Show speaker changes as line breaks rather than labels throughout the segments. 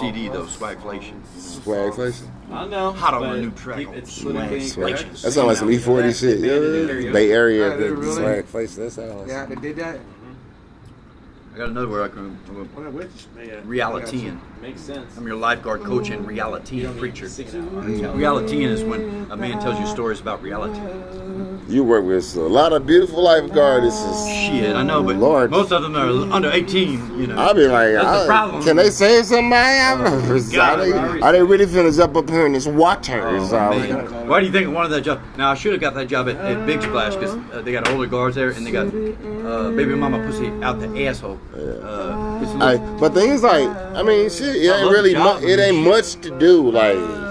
CD though, Swagflation.
Swagflation.
I know.
Hot on
but
a new track
peop-
on
It's politically
Swag.
incorrect.
That sounds like some E40 shit.
They did
Yeah,
karaoke.
Bay Area,
Yeah,
the
they really-
Swagflation. That sounds like
Yeah, they did that.
I got another word I can remember.
What, which?
Yeah,
Realitarian.
Makes sense.
I'm your lifeguard coach and realitarian preacher.
Sing it out.
Realitarian is when a man tells you stories about reality.
You work with a lot of beautiful lifeguards.
Shit, I know, but
Lord.
most of them are under 18. You know,
I'll be like,
That's the
I-
problem. Oh,
can they save somebody? I don't know.
God,
are,
Larry.
they, are they really finna jump up here in this water?
Oh,
Is all-
man. Why do you think I wanted that job? Now I should have got that job at, at Big Splash because uh, they got older guards there and they got uh, baby mama pussy out the asshole. Uh, it's a
I,
little-
but things like, I mean, shit, it
I
ain't
love
really,
the
mu-
job,
it ain't much to do.
Uh,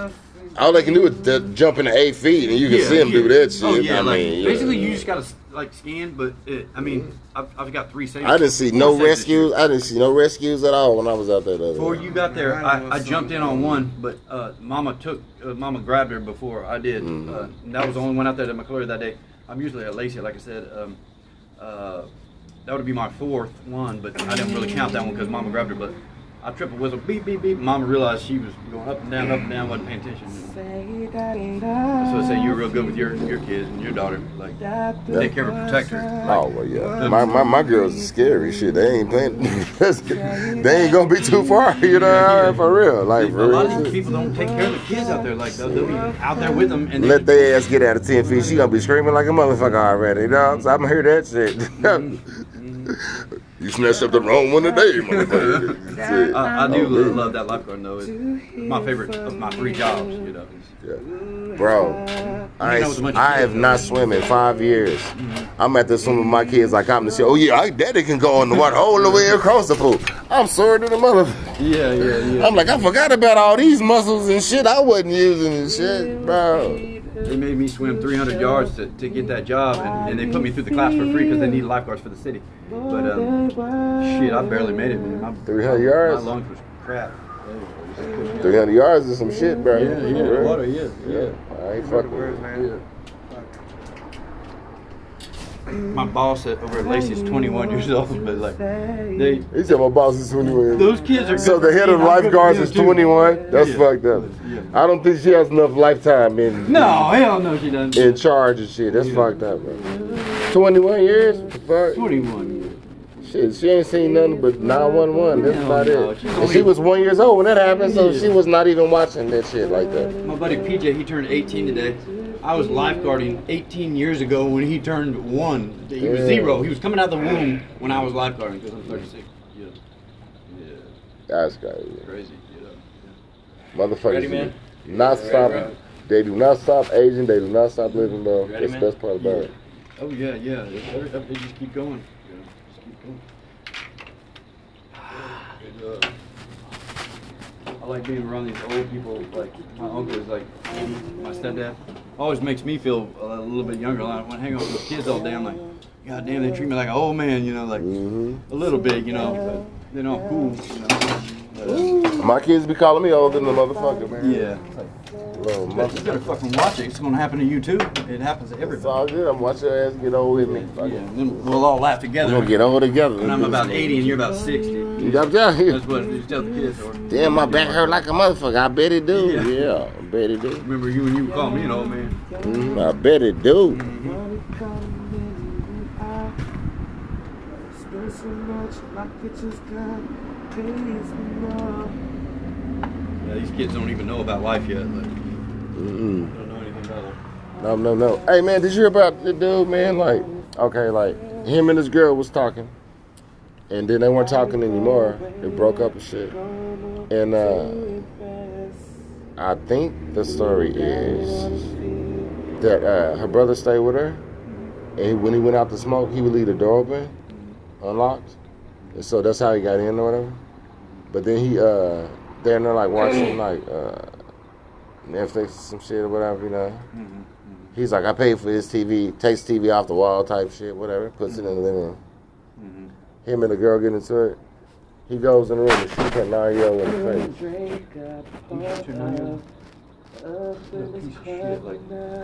Like, all they can do is just jump into eight feet, and you can see them do that shit.
Oh, yeah,
I
like,
mean, yeah.
basically you just gotta like scan, but it, I mean, I've, I've got three saves.
I didn't see no
four saves this year.
rescues. I didn't see no rescues at all when I was out there. The other
Before
day.
you got there, I, I jumped in on one, but uh, Mama took, uh, Mama grabbed her before I did. Uh, and that was the only one out there at McClure that day. I'm usually at Lacey, like I said. Um, uh, that would be my fourth one, but I didn't really count that one because Mama grabbed her. But I tripped a whistle, beep, beep, beep. Mama realized she was going up and down, up and down, wasn't paying attention. So I say you were real good with your your kids and your daughter, like take care of her, protect her.
Oh well, yeah. My my, my girls are scary shit. They ain't playing. they ain't gonna be too far. You know, for real. Like
A
for
lot of these
real. shit.
people don't take care of the kids out there. Like they'll, they'll be out there with them and they
Let their ass get out of ten feet. She gonna be screaming like a motherfucker already. You know, so I'm gonna hear that
Mm-hmm.
shit. you snatched up the wrong one today, motherfucker. Shit.
I, I do
Oh,
lo-
really?
love that lifeguard though. It's my favorite of my three jobs. You know, It's-
Bro, I,
You know as much
ain't- I
as-
have not swam in five years.
Mm-hmm.
I'm at the swim with my kids like I'm the shit. Oh yeah, I daddy can go on the water all the way across the pool. I'm sorry to the motherfucker.
yeah, yeah, yeah.
I'm like, I forgot about all these muscles and shit I wasn't using and shit, bro.
They made me swim 300 yards to, to get that job, and, and they put me through the class for free because they need lifeguards for the city. But um, shit, I barely made it, man. My, my
300 yards?
lungs was crap.
300 yards is some shit, bro.
Yeah, yeah,
Bro.
water, yeah, yeah.
I ain't fucking with it.
My boss at, over at Lacey's 21 years old, but like they
He said my boss is 21.
those kids are.
So
good
the
for
head
me,
of
I'm good for
lifeguards
them,
is
too.
21? That's
Yeah.
fucked up.
Yeah.
I don't think she has enough lifetime in
No, hell no, she doesn't.
in charge and shit. That's fucked up, bro. 21 years? What the fuck?
21 years.
Shit, she ain't seen nothing but 911. That's
Hell
about
no,
it.
she's
And
only-
she was one years old when that happened, so
Yeah.
she was not even watching that shit like that.
My buddy PJ, he turned 18 today. I was lifeguarding 18 years ago when he turned one. He was
Yeah.
zero. He was coming out of the womb when I was lifeguarding because I'm 36. Yeah, yeah,
That's crazy.
crazy. Yeah.
Motherfuckers
Ready, man?
do not stop.
bro?
They do not stop aging. They do not stop living, bro.
Ready,
That's the
man?
best part about it.
Oh yeah, yeah. It's- every- every- They just keep going. Yeah, just keep going. Good, uh, I like being around these old people. Like my uncle is like my stepdad. Always makes me feel a little bit younger. Like when I hang out with those kids all day, I'm like, God damn, they treat me like an old man. You know, like
Mm-hmm.
a little bit. You know, but they're not cool. You know. But, uh,
My kids be calling me older than a motherfucker, man.
yeah, it's like,
Little
you better- you better
motherfucker.
fucking watch it. It's gonna happen to you too. It happens to
It's
everybody.
all good. I'm watching your ass get old with me.
Yeah,
Fuck it.
and then we'll all laugh together.
We're gonna get old together.
And I'm about 80 and you're about 60.
I'm telling you.
That's what you tell the kids. Or,
Damn, my back hurt like a motherfucker. I bet it do.
Yeah.
Yeah, I bet it do.
Remember you when you would call me an old man?
Mhm, I bet it do.
Yeah, these kids don't even know about life yet. Like,
Mm-mm.
don't know anything about it.
No, no, no. Hey, man, did you hear about the dude, man? Like, okay, like him and his girl was talking, and then they weren't talking anymore. They broke up and shit. And uh, I think the story is that uh, her brother stayed with her, and when he went out to smoke, he would leave the door open, unlocked, and so that's how he got in or whatever. But then he, uh, they're in there like watching like uh, Netflix or some shit or whatever, you know. He's like, I paid for his TV, takes TV off the wall type shit, whatever, puts it in the living room. Him and the girl get into it. He goes in the room and shoots her nine year old in the face.
Piece of shit. Like,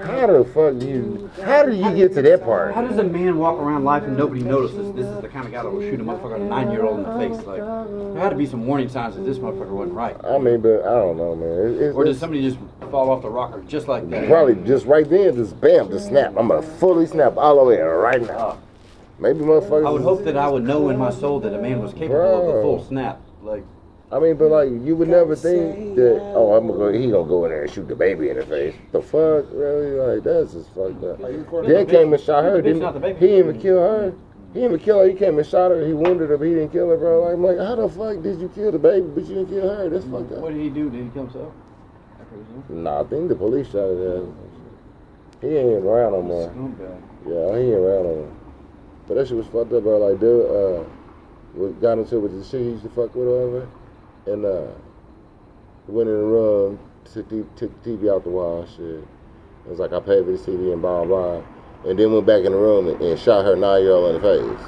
How the fuck you? How do you get to that
how
part?
does a man walk around life and nobody notices? This is the kind of guy that will shoot a motherfucker, a nine-year-old in the face. Like, there had to be some warning signs that this motherfucker wasn't right.
I mean, but I don't know, man. It- It's,
Or did
it's
somebody just fall off the rocker just like that?
probably just right then, just bam, just snap. I'm gonna fully snap all the way right now. Maybe motherfuckers.
I would
is-
hope that I would know in my soul that a man was capable of a
Bro.
full snap. Like,
I mean, but like you would never think that. Oh, I'm gonna go, he gonna go in there and shoot the baby in the face. The fuck, really? Like that's just fucked up. Dad came and shot her.
The bitch, not the
Didn't,
baby.
he didn't even kill her. He didn't even kill her. He came and shot her. He wounded her, but he didn't kill her, bro. Like, I'm like, how the fuck did you kill the baby, but you didn't kill her? That's fucked
what
up.
did he do? Did he kill himself? I presume.
Nah, I think the police shot her. down. He ain't around no more.
Scumbag.
Yeah, he ain't around no more. But that shit was fucked up, bro. Like, dude, uh, we got into it with the shit he used to fuck with or whatever. And, uh, went in the room, took the, took the TV out the wall and shit. It was like, I paid for this TV and blah, blah. And then went back in the room and, and shot her nine year old in the face.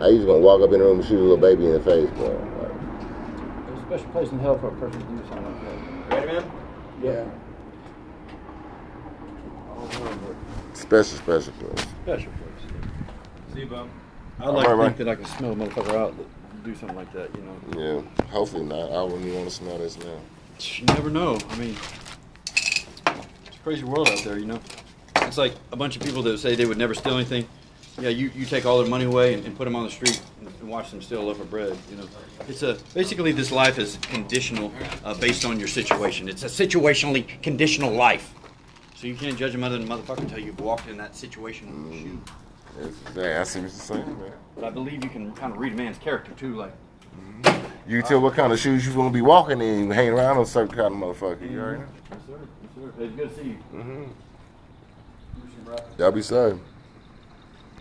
I used to gonna walk up in the room and shoot a little baby in the face, bro. Like,
There's a special place in hell for a person to do something like that.
Ready, man?
Yeah.
special, special place.
Special place.
See you, bum.
I like to
Alright,
think that I can smell a motherfucker out that do something like that, you know.
Yeah, hopefully not. I wouldn't even want to smell this now.
You never know. I mean, it's a crazy world out there, you know. It's like a bunch of people that say they would never steal anything. Yeah, you, you take all their money away and, and put them on the street and, and watch them steal a loaf of bread. You know, it's a basically this life is conditional uh, based on your situation. It's a situationally conditional life. So you can't judge a mother and a motherfucker until you've walked in that situation. shoe.
Yeah, I see what you're saying, man.
But I believe you can kind of read a man's character too. Like,
You can tell what kind of shoes you gonna be walking in. You hang around on certain kind of motherfucker. You alright? Mm-hmm.
yes sir, yes sir. It's good to see you.
Y'all be safe.